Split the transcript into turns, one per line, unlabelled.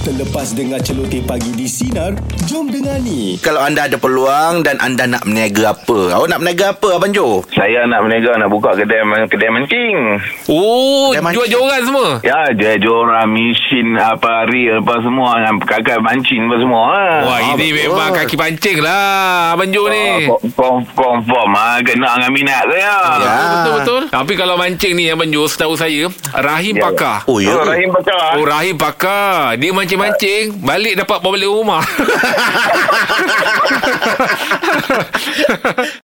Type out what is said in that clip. Terlepas dengar celoteh pagi di Sinar, jom dengar ni.
Kalau anda ada peluang dan anda nak meniaga apa? Awak nak meniaga apa Abang Jo?
Saya nak meniaga nak buka kedai kedai mancing.
Oh,
Kedai mancing.
jual joran semua.
Ya, dia jorang mesin apa reel apa semua dengan kakak mancing apa semua. Ha.
Wah, ini
betul.
memang kaki pancing lah Abang Jo ni.
Ah, Confirm, confirm ha, kena dengan minat saya.
Ya.
Betul-betul. Ah, Tapi kalau mancing ni Abang Jo, setahu saya, Rahim
Ya.
pakar.
Oh, ya.
Oh,
ke?
Rahim Bakar.
Oh, Rahim pakar. Dia mancing-mancing, balik dapat bawa balik rumah.